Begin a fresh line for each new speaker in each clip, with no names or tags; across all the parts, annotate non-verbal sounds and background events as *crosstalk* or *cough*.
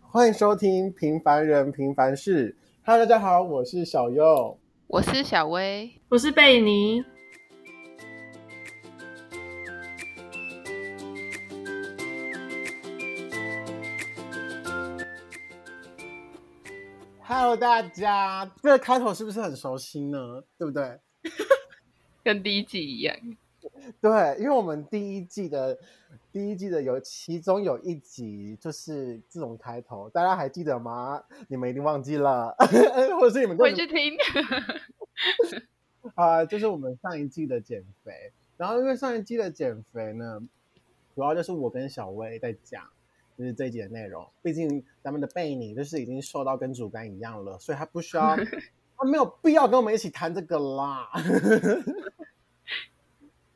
欢迎收听《平凡人平凡事》。Hello，大家好，我是小优。
我是小薇，
我是贝尼。
Hello，大家，这个开头是不是很熟悉呢？对不对？
跟第一季一样。
对，因为我们第一季的第一季的有其中有一集就是这种开头，大家还记得吗？你们一定忘记了， *laughs* 或者是你们根
回
本
去听。 *laughs*
啊、就是我们上一季的减肥，然后因为上一季的减肥呢，主要就是我跟小薇在讲，就是这一集的内容。毕竟咱们的贝尼就是已经瘦到跟主干一样了，所以他不需要，他没有必要跟我们一起谈这个啦。 *laughs*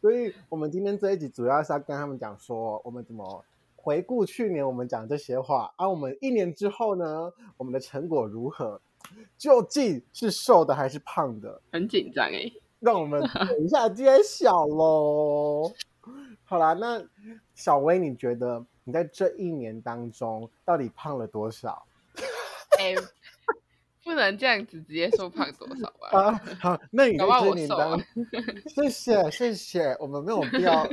所以我们今天这一集主要是要跟他们讲说，我们怎么回顾去年我们讲这些话，啊而、我们一年之后呢，我们的成果如何，究竟是瘦的还是胖的？
很紧张哎，
让我们等一下揭晓喽。好啦，那小薇，你觉得你在这一年当中到底胖了多少
*laughs* 哎，不能这样子直接说胖多少吧？
啊？好，那你在
搞不好
这一
我
年
瘦
当
啊
中，谢谢谢谢，我们没有必要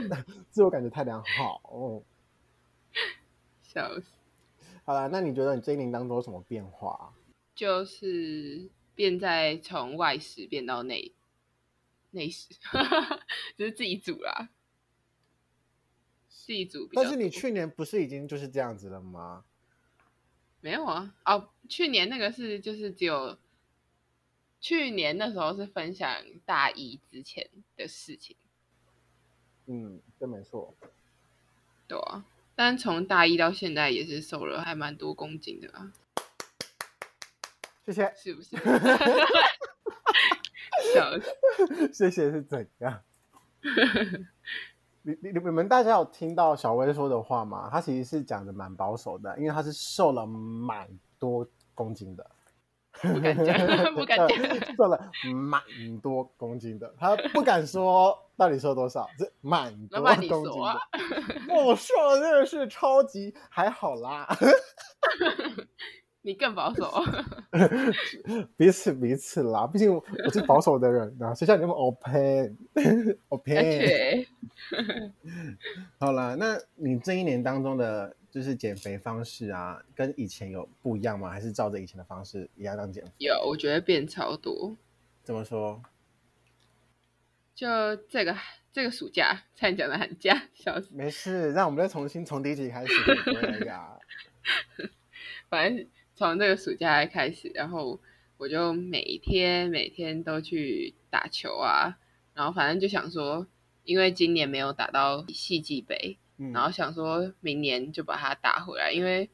自我感觉太良好。嗯，
笑死，
好啦，那你觉得你这一年当中有什么变化？
就是变在从外食变到内内食， *laughs* 就是自己煮啦，自己煮比较
但
多。
是你去年不是已经就是这样子了吗？
没有啊？哦，去年那个是就是只有。去年那时候是分享大一之前的事情，
嗯，对，没错。
对啊，但从大一到现在也是瘦了还蛮多公斤的啊，
谢谢，
是不是？ *laughs* 笑
*laughs*
死！
谢谢是怎样？你你你们大家有听到小薇说的话吗？她其实是讲的蛮保守的，因为她是瘦了蛮多公斤的，
不敢讲， *laughs*
*laughs*
不敢讲，
瘦了蛮多公斤的，她不敢说到底瘦多少，是蛮多
老板你
公斤
说啊
的。哦 *laughs* 我瘦了真的是超级还好啦，
你更保守。
彼此彼此啦，毕竟我我是保守的人啊，谁叫你那么
*laughs*
open
而
open？
且
好了，那你这一年当中的就是减肥方式啊，跟以前有不一样吗？还是照着以前的方式一样让减肥？
有，我觉得变超多。
怎么说？
就这个这个暑假，差点讲的寒假，笑死。
没事，让我们再重新从第一集开始回归呀。
反正从这个暑假开始，然后我就每天每天都去打球啊，然后反正就想说，因为今年没有打到戏剧杯，
嗯
然后想说明年就把它打回来，因为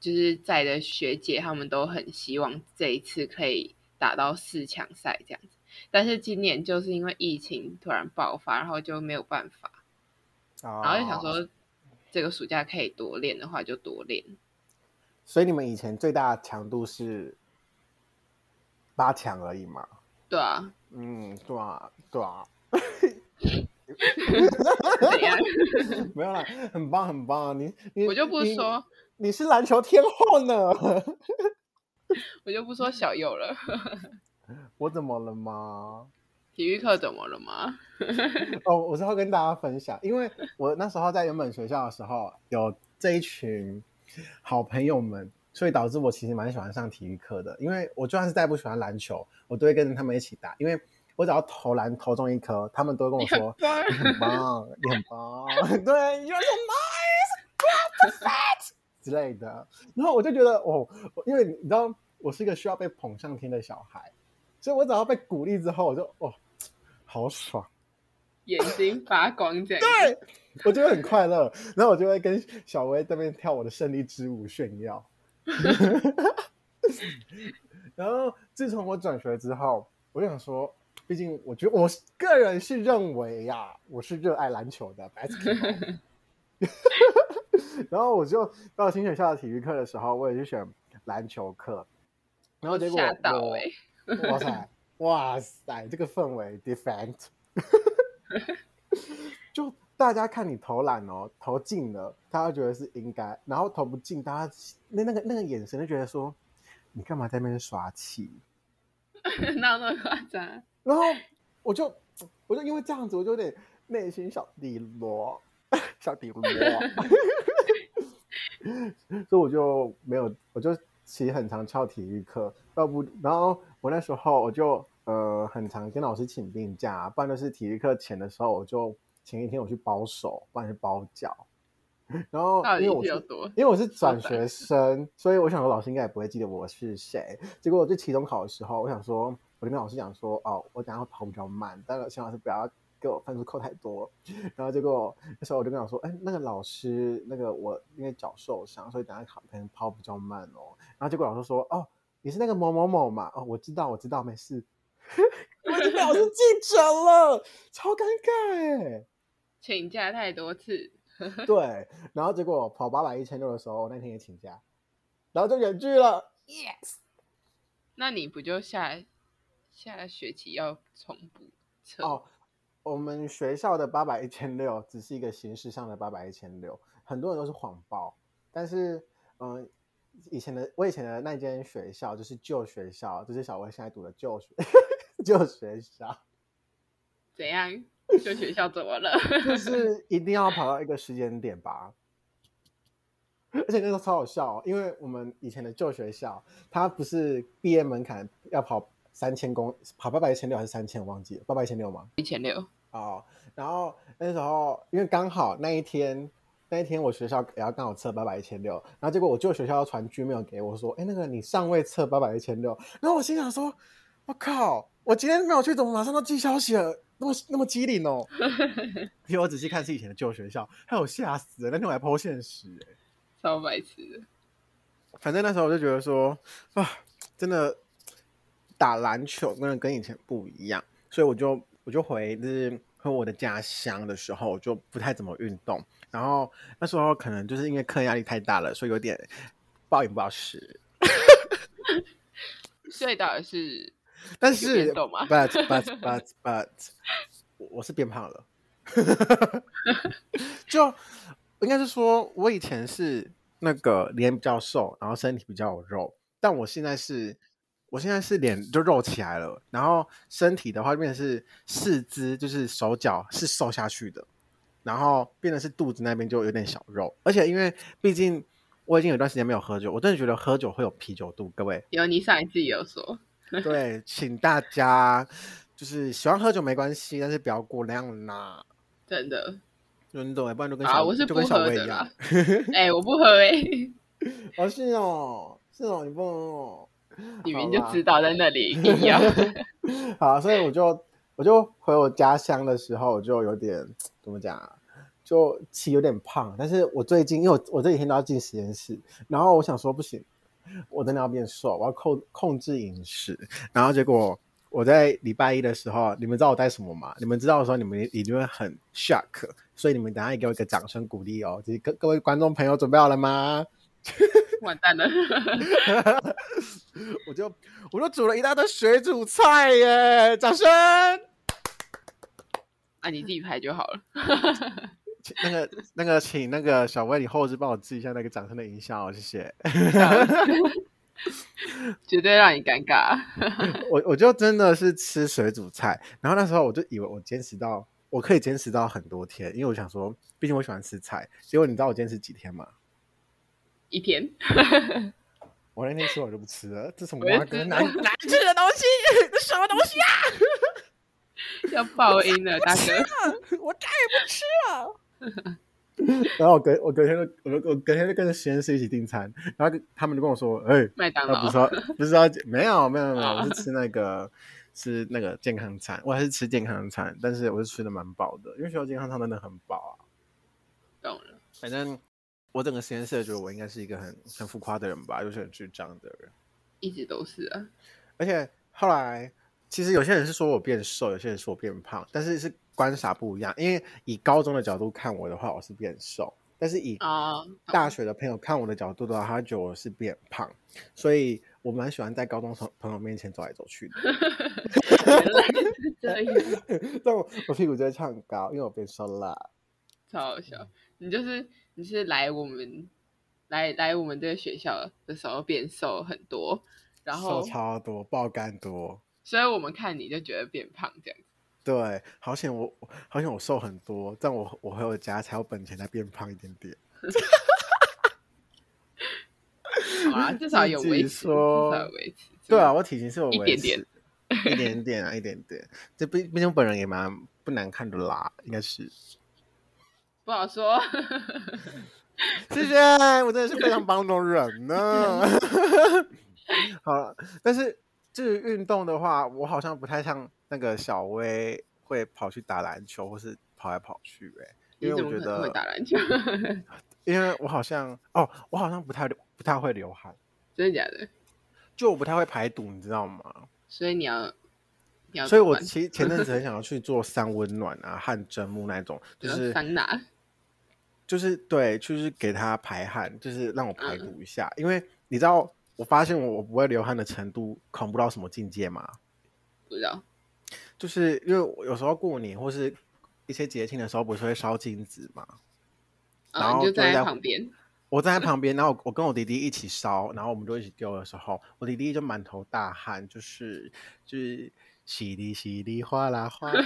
就是在的学姐她们都很希望这一次可以打到四强赛这样子，但是今年就是因为疫情突然爆发，然后就没有办法，然后就想，
哦
说这个暑假可以多练的话就多练，
所以你们以前最大的强度是八强而已嘛？
对
*laughs*
啊，
嗯，对啊，对啊，
怎样？
没有啦，很棒，很棒啊！你你
我就不
你
说，
你是篮球天后呢， *laughs*
我就不说小右了。
我怎么了吗？
体育课怎么了吗？。
哦，我是要跟大家分享，因为我那时候在原本学校的时候，有这一群好朋友们，所以导致我其实蛮喜欢上体育课的。因为我就算是再不喜欢篮球，我都会跟着他们一起打，因为我只要投篮投中一颗，他们都会跟我说
棒
你很棒，你很棒， *laughs* 对，You're so nice, you're perfect 之类的。然后我就觉得，哦，我因为你知道，我是一个需要被捧上天的小孩，所以我只要被鼓励之后，我就哦，好爽。
*laughs* 眼睛发光这样。
对，我就会很快乐，然后我就会跟小薇在那边跳我的胜利之舞炫耀。 *laughs* 然后自从我转学之后，我就想说，毕竟我觉得我个人是认为呀、我是热爱篮球的 *laughs* basketball。然后我就到新学校的体育课的时候，我也去选篮球课，然后结果
吓到
我
哎、
哇塞，哇塞，这个氛围 *laughs* different，就大家看你投篮哦，投进了，大家觉得是应该，然后投不进，大家那那个那个眼神就觉得说，你干嘛在那边耍气？
哪 *laughs* 有那么夸张？
然后我就我就因为这样子，我就有点内心小底罗， *laughs* 小底罗， *laughs* 所以我就没有，我就其实很常翘体育课，要不然后我那时候我就呃很常跟老师请病假，不然就是体育课前的时候，我就前一天我去包手，不然是包脚。 *laughs* 然后
到
因
底
为我
是有
是
多？
因为我是转
说
学生，所以我想说老师应该也不会记得我是谁。结果我就期中考的时候，我想说，我就跟老师讲说，哦，我等一下会跑比较慢，但是请老师不要给我分数扣太多。 *laughs* 然后结果那时候我就跟老师说，哎，那个老师，那个我因为脚受伤，所以等一下考可能跑比较慢哦。然后结果老师说，哦，你是那个某某某嘛？哦，我知道，我知道，没事。 *laughs* 我已经被老师记准了，超尴尬哎、
请假太多次，
对，然后结果跑八百一千六的时候，我那天也请假，然后就远距了。Yes，
那你不就下下学期要重补测？
哦，我们学校的八百一千六只是一个形式上的八百一千六，很多人都是谎报，但是嗯、呃以前的我以前的那间学校就是旧学校，就是小薇现在读的旧学 *laughs* 旧学校，
怎样？就学校怎么了？ *laughs*
就是一定要跑到一个时间点吧。而且那时候超好笑、哦，因为我们以前的旧学校，它不是毕业门槛要跑三千公，跑八百一千六还是三千，我忘记了，八百一千六吗？
一千六，
哦，然后那时候因为刚好那一天，那一天我学校也要刚好测八百一千六，然后结果我旧学校传 Gmail 给我说，哎，那个你尚未测八百一千六，然后我心想说，我靠，我今天没有去，怎么马上都寄消息了？那么那么机灵哦！因为我仔细看是以前的旧学校，害我吓死了。那天我还 PO 现实、哎
超白痴的。
反正那时候我就觉得说，啊，真的打篮球真的跟以前不一样，所以我就我就回就是回我的家乡的时候，我就不太怎么运动。然后那时候可能就是因为课业压力太大了，所以有点暴饮暴食。
所以到底是
但
有
是
变动吗
but but but but，我我是变胖了。 *laughs* 就应该是说，我以前是那个脸比较瘦，然后身体比较有肉，但我现在是，我现在是脸就肉起来了，然后身体的话变成是四肢就是手脚是瘦下去的，然后变得是肚子那边就有点小肉，而且因为毕竟我已经有段时间没有喝酒，我真的觉得喝酒会有啤酒肚，各位
有你上一次有说，
对，请大家就是喜欢喝酒没关系，但是不要过量啦，
真的
真的，欸不然就跟
啊，
小
我是
就
不
跟小
喝
薇一
的
样
啦。。哎、我不喝哎、
*laughs* 哦，是哦，是哦，你不能哦。
你明
好
就
啦
知道在那里硬要。
*laughs* 好，所以我就我就回我家乡的时候，我就有点怎么讲、啊，就其实有点胖。但是我最近因为我我这几天都要进实验室，然后我想说不行，我真的要变瘦，我要控控制饮食。然后结果我在礼拜一的时候，你们知道我带什么吗？你们知道的时候，你们一定会很 shock。所以你们等一下也给我一个掌声鼓励哦！就是各各位观众朋友准备好了吗？ *laughs*
完蛋了， *laughs*
我就我就煮了一大堆水煮菜耶，掌声！
啊，你自己拍就好了。 *laughs*
请那个那个，请那个小薇，你后置帮我记一下那个掌声的音效哦，谢谢。 *laughs*
绝对让你尴尬。
我我就真的是吃水煮菜，然后那时候我就以为我坚持到我可以坚持到很多天，因为我想说，毕竟我喜欢吃菜。结果你知道我坚持几天吗？
一天，
我那天吃我就不吃了，这什么啊
我也
蛙哥
知 *laughs*
难难吃的东西，这 *laughs* 什么东西啊？
要爆音了，大哥。
我再也不吃了。然后我隔我隔天就我就我隔天就跟实验室一起订餐，然后他们就跟我说，哎、
麦当
那不
劳
是，要不是要没有没有没有，
啊
我是吃那个吃那个健康餐，我还是吃健康餐，但是我是吃的蛮饱的，因为学校健康餐真的很饱啊。
懂了。
反正我整个实验室觉得我应该是一个很很浮夸的人吧，就是很智障的人。
一直都是啊，
而且后来其实有些人是说我变瘦，有些人说我变胖，但是是观察不一样。因为以高中的角度看我的话，我是变瘦，但是以
啊、
大学的朋友看我的角度的话，他觉得我是变胖，所以我蛮喜欢在高中同朋友面前走来走去的。 *laughs*
原来是这样。
但我我屁股就会唱高，因为我变瘦了。
超好
嗯
笑。你就是你是来我们来来我们这个学校的时候变瘦很多，然后
瘦超多，爆肝多。
所以我们看你就觉得变胖这样。
对，好险我好险我瘦很多，但我我回我家才有本钱再变胖一点点。 *laughs*
好啦，至少有维
自己
持，至
说
少有维持。
对啊，，我体型是有
一
维
点点
持一点点啊，一点点。这毕毕竟本人也蛮不难看的啦，应该是。
不好说。
谢谢，我真的是非常帮懂人呢。 *laughs* 好了，但是至于运动的话，我好像不太像那个小薇会跑去打篮球或是跑来跑去、欸，*laughs*
你
因为
怎
我
么
觉
可能会打
得，
篮球？ *laughs*
因为我好像哦，我好像不太不太会流汗，
真的假的？
就我不太会排毒，你知道吗？
所以你要，你要
所以我
怎么
其实前阵子很想要去做三温暖啊、汗蒸木那种，就
办
是
桑拿，
就是对，就是给它排汗，就是让我排毒一下。因为你知道，我发现我我不会流汗的程度恐怖到什么境界吗？
不知道。
就是因为我有时候过年或是一些节庆的时候，不是会烧金纸嘛？然
啊，
后
你就站
就
在
在
旁边，
我站在旁边，然后我我跟我弟弟一起烧，然后我们就一起丢的时候，我弟弟就满头大汗，就是就是淅沥淅沥哗啦哗啦，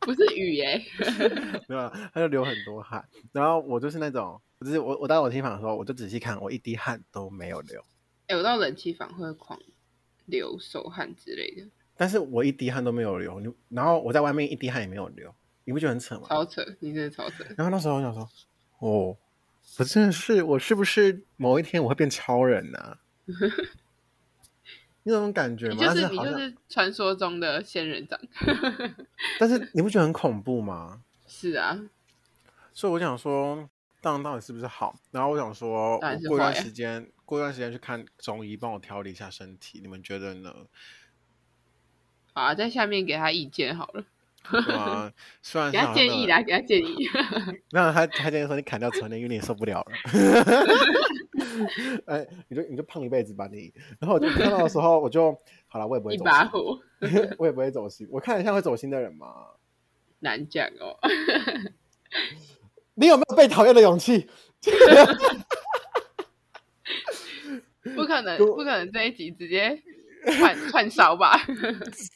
不是雨耶、 *laughs*
没有啦，他就流很多汗。然后我就是那种，就是我我到我厅房的时候，我就仔细看，我一滴汗都没有流。
哎、我到冷气房会狂流手汗之类的，
但是我一滴汗都没有流，你然后我在外面一滴汗也没有流，你不觉得很扯吗？
超扯！你真的超扯，
然后那时候我想说，哦，我真的是，我是不是某一天我会变超人呢、
*laughs*
啊？那种感觉
你
吗？
就
但
是你
好像，
就是传说中的仙人掌。 *laughs*
但是你不觉得很恐怖吗？
是啊，
所以我想说，当然到底是不是好？然后我想说，
当然
我
是
过一段
坏啊
时间，过一段时间去看中医，帮我调理一下身体，你们觉得
*laughs*
呢？
好啊，在下面给他意见好了，
对吗？虽然
给
是
他
好像
建
没有
议
人
啦，给他建议。
那他他今天说你砍掉成年，因为你受不了了。 *laughs* 哎，你就你就胖一辈子吧你。然后我就看到的时候，我就好了，我也不会
一
走
把火，
心， *laughs* 我也不会走心。我看得像会走心的人吗？
难讲
*laughs*
哦。
你有没有被讨厌的勇气？
不可能，
就
不可能这一集直接串串烧
*laughs*
吧？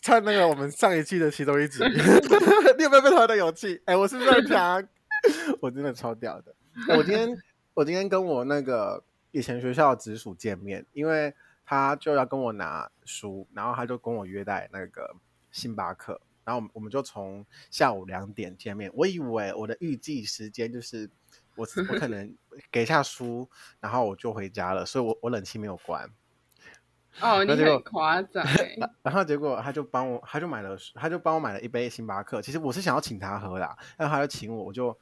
看那个我们上一季的其中一集， *laughs* 你有没有被讨厌的勇气？哎，我是不是很强？ *laughs* 我真的超屌的。哎，我今天 *laughs* 我今天跟我那个以前学校的直属见面，因为他就要跟我拿书，然后他就跟我约在那个星巴克，然后我们我们就从下午两点见面。我以为我的预计时间就是我我可能给一下书，然后我就回家了，所以我我冷气没有关。
哦，你
那就
很夸
*laughs*
张哎！
然后结果他就帮我，他就买了，他就帮我买了一杯星巴克。其实我是想要请他喝啦，然后他就请我，我就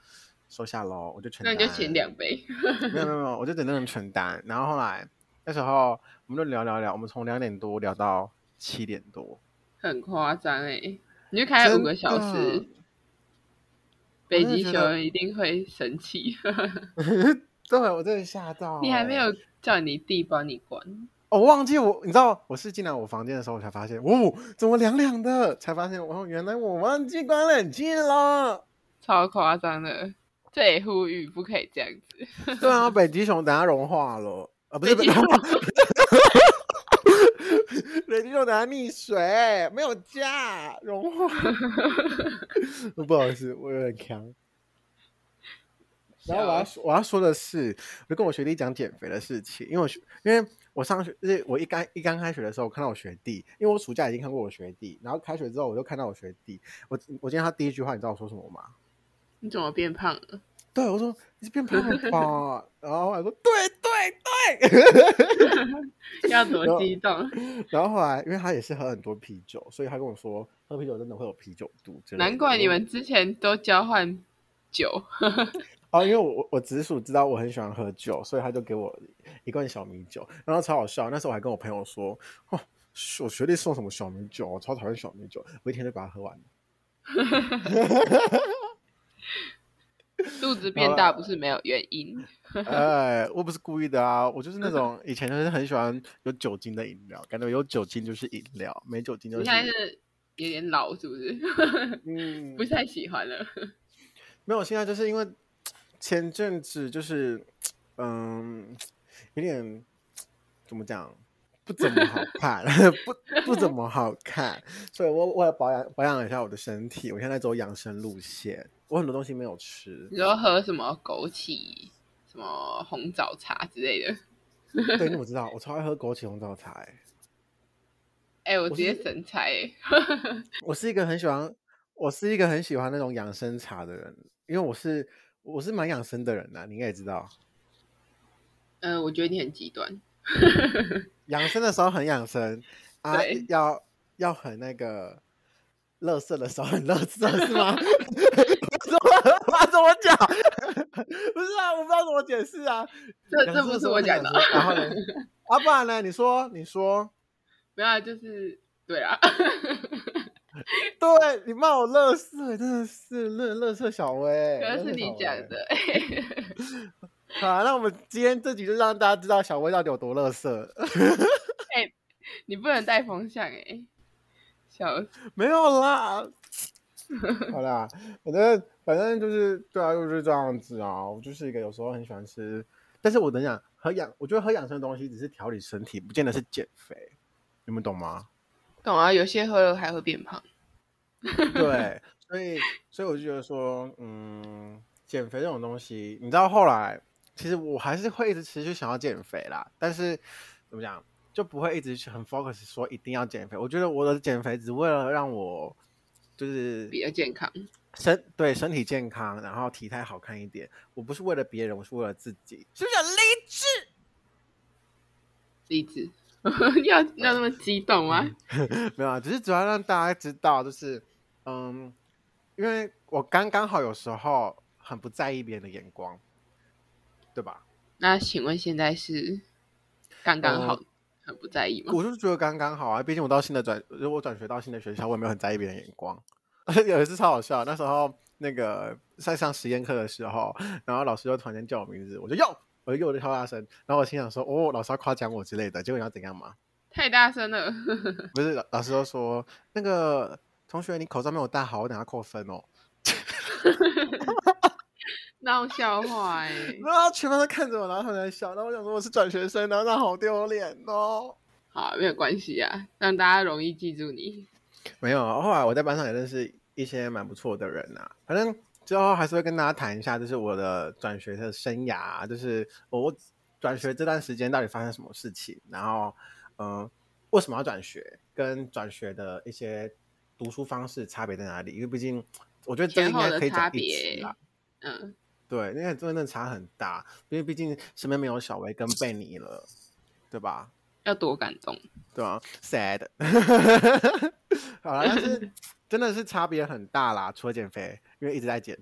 收下喽，我就全
那
单。
你就请两杯。
没有没有没有，我就等那人全单。然后后来那时候我们就聊聊聊，我们从两点多聊到七点多，
很夸张哎、你就开了五个小
真
时
的，
北
我真的
极
觉
熊
得
一定会生气。
对我真的吓到、
你还没
欸
有叫你弟帮你关，
哦我忘记我，你知道我是进来我房间的时候，我才发现，哦，怎么凉凉的？才发现，哦，原来我忘记关冷气了。
超夸张的。这也呼吁不可以这样子，
对
*laughs*
啊，北极熊等下融化了，啊，不是
北
不是
极熊。
北极熊等下溺水，没有家，融
*laughs*
化。不好意思，我有点强。然后我要说我要说的是，我就跟我学弟讲减肥的事情，因为我学因为我上学，就是我一刚一刚开学的时候，我看到我学弟，因为我暑假已经看过我学弟，然后开学之后我就看到我学弟，我我今天他第一句话，你知道我说什么吗？
你怎么变胖了？
对，我说你是变胖了
*laughs*
吧？然后我说对对
*laughs* 要多激动？
对。然后后来，因为他也是喝很多啤酒，所以他跟我说喝啤酒真的会有啤酒肚之类的。
难怪你们之前都交换酒，
哦，因为我我直属知道我很喜欢喝酒，所以他就给我一罐小米酒，然后超好笑。那时候我还跟我朋友说，哦，我学弟送什么小米酒，我超讨厌小米酒，我一天就把它喝完了。
*laughs* 肚子变大不是没有原因。
哎，我不是故意的啊，我就是那种以前就是很喜欢有酒精的饮料，感觉有酒精就是饮料，没酒精就
你
是
*laughs* 现在是有点老，是不是？
嗯
不，太喜欢了。
没有，现在就是因为前阵子就是嗯，有点怎么讲，不怎么好看， *laughs* 不不怎么好看，所以我我要保养保养一下我的身体，我现在走养生路线，我很多东西没有
*laughs*
吃，
你说喝什么枸杞、什么红枣茶之类的？
对，你我知道，我超爱喝枸杞红枣茶、欸，
哎、我直
是
接神采、欸，
我是一个很喜欢，我是一个很喜欢那种养生茶的人，因为我是我是蛮养生的人呐、你应该也知道，
嗯、我觉得你很极端，
养生的时候很养生啊
对，
要要很那个，乐色的时候很乐色
*laughs*
是吗？ *laughs* 怎么我怎么讲？ *laughs* 不是啊，我不知道怎么解释啊。
这
养
这
生
不
时
是
候
我
很
讲
养
的
生，然后呢？
*laughs*
啊，不然呢？你说，你说，
没有、啊，就是对啊，
对你骂我乐色，真的是乐乐色小薇，
*laughs* 可
乐
能
色
是
小
你
薇
讲。的、 *laughs*
好啊，那我们今天这集就让大家知道小薇到底有多乐色。
你不能带风向哎、笑死！
没有啦。好啦，反正反正就是对啊，就是这样子啊。我就是一个有时候很喜欢吃，但是我等讲喝养，我觉得喝养生的东西只是调理身体，不见得是减肥，你们懂吗？
懂啊，有些喝了还会变胖。
对，所以所以我就觉得说，嗯，减肥这种东西，你知道后来其实我还是会一直持续想要减肥啦，但是怎么讲就不会一直去很 focus 说一定要减肥。我觉得我的减肥只为了让我就是
比较健康。
身对身体健康，然后体态好看一点。我不是为了别人，我是为了自己， *laughs* 是不是很励志？
励志， *laughs* 要要那么激动吗？
没有啊，只是主要让大家知道，就是嗯，因为我刚刚好有时候很不在意别人的眼光，对吧？
那请问现在是刚
呃
刚好，很不在意吗？
我就觉得刚刚好啊，毕竟我到新的转，如果我转学到新的学校，我也没有很在意别人的眼光。 *laughs* 有一次超好笑，那时候那个在上实验课的时候，然后老师就突然间叫我名字，我就哟，我就又就超大声，然后我心想说，哦，老师要夸奖我之类的，结果你要怎样嘛？
太大声了， *laughs*
不是老老师都说那个同学你口罩没有戴好，我等下扣分哦。
闹笑话哎、
然后啊全班都看着我，然后他们在笑，然后我想说我是转学生，然后那好丢脸哦。
好，没有关系啊，让大家容易记住你。
没有，啊后来我在班上也认识一些蛮不错的人啊，反正之后还是会跟大家谈一下，就是我的转学的生涯啊，就是我我转学这段时间到底发生什么事情，然后嗯、呃为什么要转学，跟转学的一些读书方式差别在哪里？因为毕竟我觉得这个
前
应
后
该
的
可以
差
讲一集
别
啦。
嗯，
对，那个真的差很大，因为毕竟身边没有小维跟贝尼了，对吧？
要多感动。
对吧？Sad，好啦，但是真的是差别很大啦。除了减肥，因为一直在减，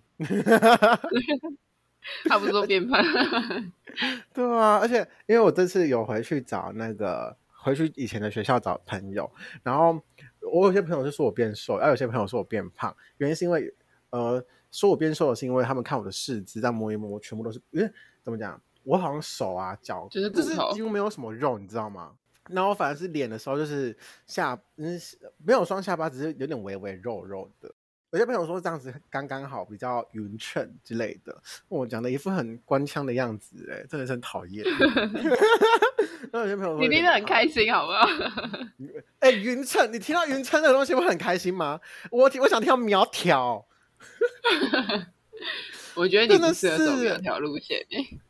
他不是说变胖，
*laughs* 对啊，而且因为我这次有回去找那个回去以前的学校找朋友，然后我有些朋友就说我变瘦，然后啊有些朋友说我变胖，原因是因为呃说我变瘦的是因为他们看我的四肢，但摸一摸全部都是，因为怎么讲，我好像手啊脚
就是骨
就是
头
几乎没有什么肉，你知道吗？然后我反而是脸的时候，就是下嗯没有双下巴，只是有点微微肉肉的。有些朋友说这样子刚刚好，比较匀称之类的，我讲的一副很官腔的样子、哎，真的是很讨
*laughs*
厌。那有些朋友说
你听得很开心，好不好？
哎，匀称，你听到匀称这个东西会很开心吗？我我想听到苗条，
我觉得你
真
不
的
适合走
是
这条路线、欸。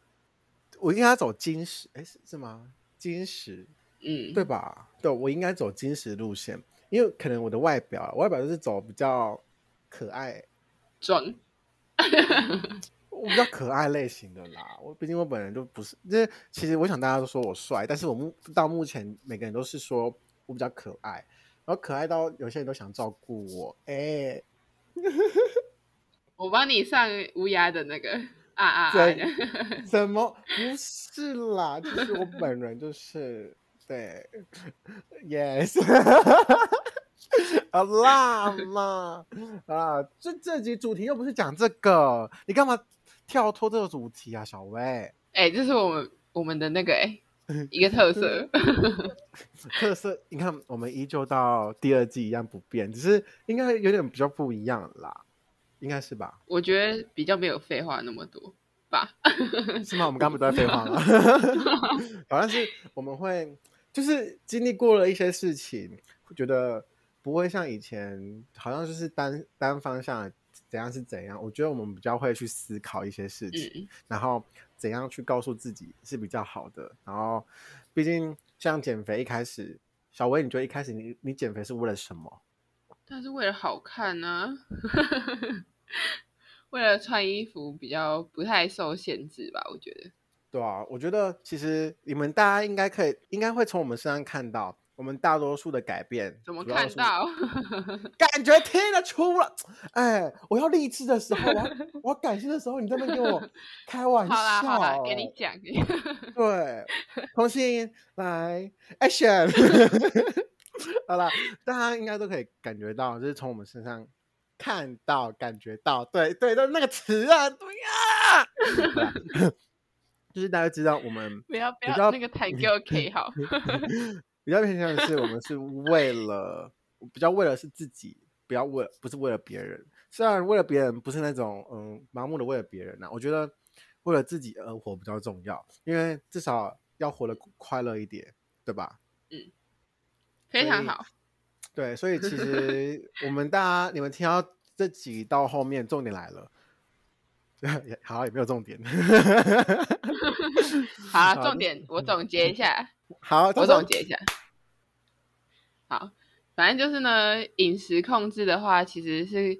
我应该走金石，哎、是是吗？金石
嗯，
对吧？对，我应该走金石路线，因为可能我的外表，外表就是走比较可爱，
装
我比较可爱类型的啦。我毕竟我本人就不是，就是其实我想大家都说我帅，但是我目到目前每个人都是说我比较可爱，然后可爱到有些人都想照顾我，哎、
我帮你上乌鸦的那个啊啊啊
对
的， *laughs*
怎么不是啦？就是我本人就是对，yes，好啦好啦啊！这这集主题又不是讲这个，你干嘛跳脱这个主题啊，小薇？
哎、这是我们我们的那
*laughs*
个哎、一个特色。
特色，你看我们依旧到第二季一样不变，只是应该有点比较不一样啦。应该是吧？
我觉得比较没有废话那么多吧。 *laughs* 嗯
是吗？我们刚刚不都在废话吗？好像是我们会就是经历过了一些事情，会觉得不会像以前，好像就是单单方向的怎样是怎样。我觉得我们比较会去思考一些事情，
嗯，
然后怎样去告诉自己是比较好的。然后，毕竟像减肥一开始，小薇，你觉得一开始你你减肥是为了什么？
但是为了好看呢、 *laughs* 为了穿衣服比较不太受限制吧，我觉得。
对啊，我觉得其实你们大家应该可以，应该会从我们身上看到我们大多数的改变。
怎么
主要都
看
是
到？
感觉听得出来。哎，我要励志的时候，我
*laughs*
要我要感性的时候，你在那边给我开玩笑。
*laughs* 好啦好啦，给你讲。给你 *laughs*
对，重新来
*laughs*
action。好啦，大家应该都可以感觉到，就是从我们身上看到、感觉到，对对对，那个词啊，对呀、 *laughs* 好啦就是大家知道我们
不要不
比较
要那个太给我 K
*laughs*
好。
比较偏向的是，我们是为了比较为了是自己，不要为不是为了别人。虽然为了别人不是那种嗯盲目的为了别人呐、我觉得为了自己而活比较重要，因为至少要活得快乐一点，对吧？
非常
以
好，
对，所以
*laughs*
其实我们大家，你们听到这集到后面，重点来了。 *laughs* 也好，也没有重点。 *laughs*
好啦，
好
重点我总结一下。
好，
我
到时候
总结一下。好，反正就是呢，饮食控制的话，其实是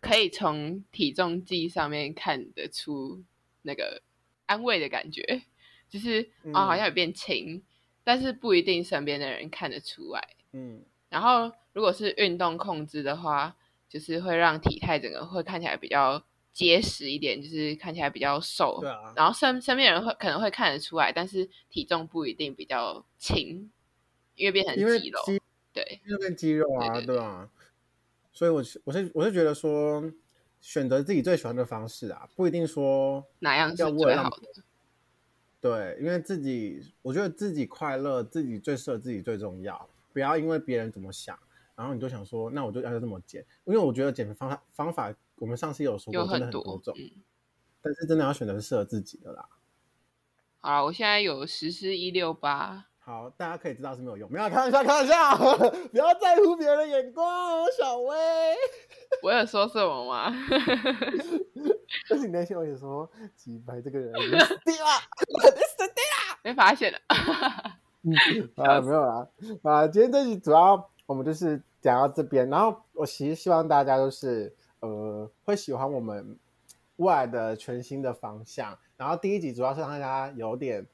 可以从体重计上面看得出那个安慰的感觉，就是
嗯
哦，好像有变轻，但是不一定身边的人看得出来。
嗯
然后如果是运动控制的话，就是会让体态整个会看起来比较结实一点，就是看起来比较瘦。
对啊
然后身身边人会可能会看得出来，但是体重不一定比较轻，因为变成
因为
肌肉。
肌
对，
那边肌肉啊，
对对
对吧、所以我是我是我是觉得说，选择自己最喜欢的方式啊，不一定说
哪样
要
是
为
最
了
好
让
的？
对，因为自己我觉得自己快乐，自己最适合自己最重要，不要因为别人怎么想，然后你就想说，那我就要这么减，因为我觉得减肥方法方法，我们上次有说过，
有
真的很
很
多种，
嗯，
但是真的要选择适合自己的啦。
好了，我现在有实施一六八，
好，大家可以知道是没有用，没有开玩笑，开玩笑， *laughs* 不要在乎别人的眼光哦，小
*laughs*
薇。
我有说什么吗？ *laughs*
但是你内心有点说，几白这个人已经死定了，肯定死定
被发现了。
了。啊，没有啦，啊，今天这集主要我们就是讲到这边，然后我其实希望大家就是呃会喜欢我们未来的全新的方向。然后第一集主要是让大家有点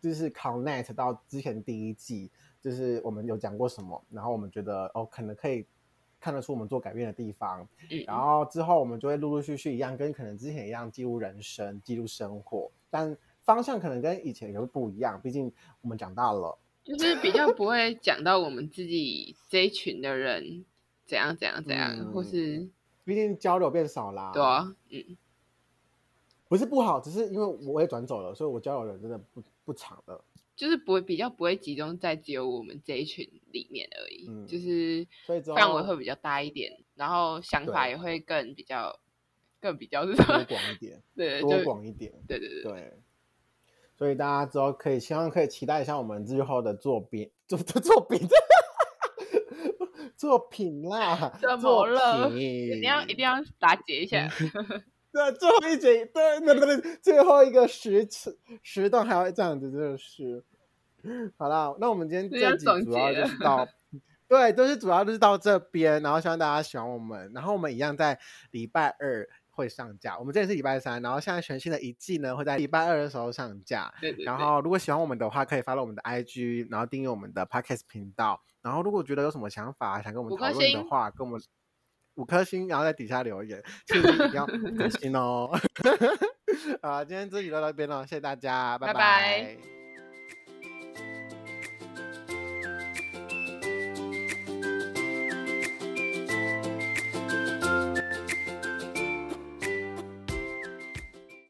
就是 connect 到之前第一季，就是我们有讲过什么，然后我们觉得哦可能可以看得出我们做改变的地方，
嗯，
然后之后我们就会陆陆续续一样，跟可能之前一样记录人生、记录生活，但方向可能跟以前也会不一样，毕竟我们长大了。
就是比较不会讲到我们自己这一群的人怎样怎样怎样，
嗯
或是
毕竟交流变少啦，
对，啊，嗯。
不是不好，只是因为我也转走了，所以我交流的人真的不不长了。
就是不会比较不会集中在只有我们这一群里面而已，
嗯
就是
所以之后
范围会比较大一点，然后想法
对
也会更比较更比较是什
多
么？
广一点，
*laughs* 对，就
多广一点，
对对对，
对。所以大家之后可以希望可以期待一下我们日后的作品， *laughs* 作作品，作品啦，
怎么
作
了
品
一定要一定要打结一
*laughs*
下，
对，最后一节，对对对，对最后一个时次时段还会这样子，真的是。好啦，那我们今天
这样
这集
总
主要
结
就是
*laughs*
到，对，就是主要就是到这边，然后希望大家喜欢我们，然后我们一样在礼拜二会上架，我们这里是礼拜三，然后现在全新的一季呢会在礼拜二的时候上架，
对对
然
对，
后如果喜欢我们的话，可以 follow 我们的 IG，然后订阅我们的 Podcast 频道。然后如果觉得有什么想法想跟我们
五
讨
颗
论的
星
话，跟我们五颗星，然后在底下留言，所以一定要 *laughs* 五颗星哦。啊，今天这集就到这边了，谢谢大家，
拜
拜
拜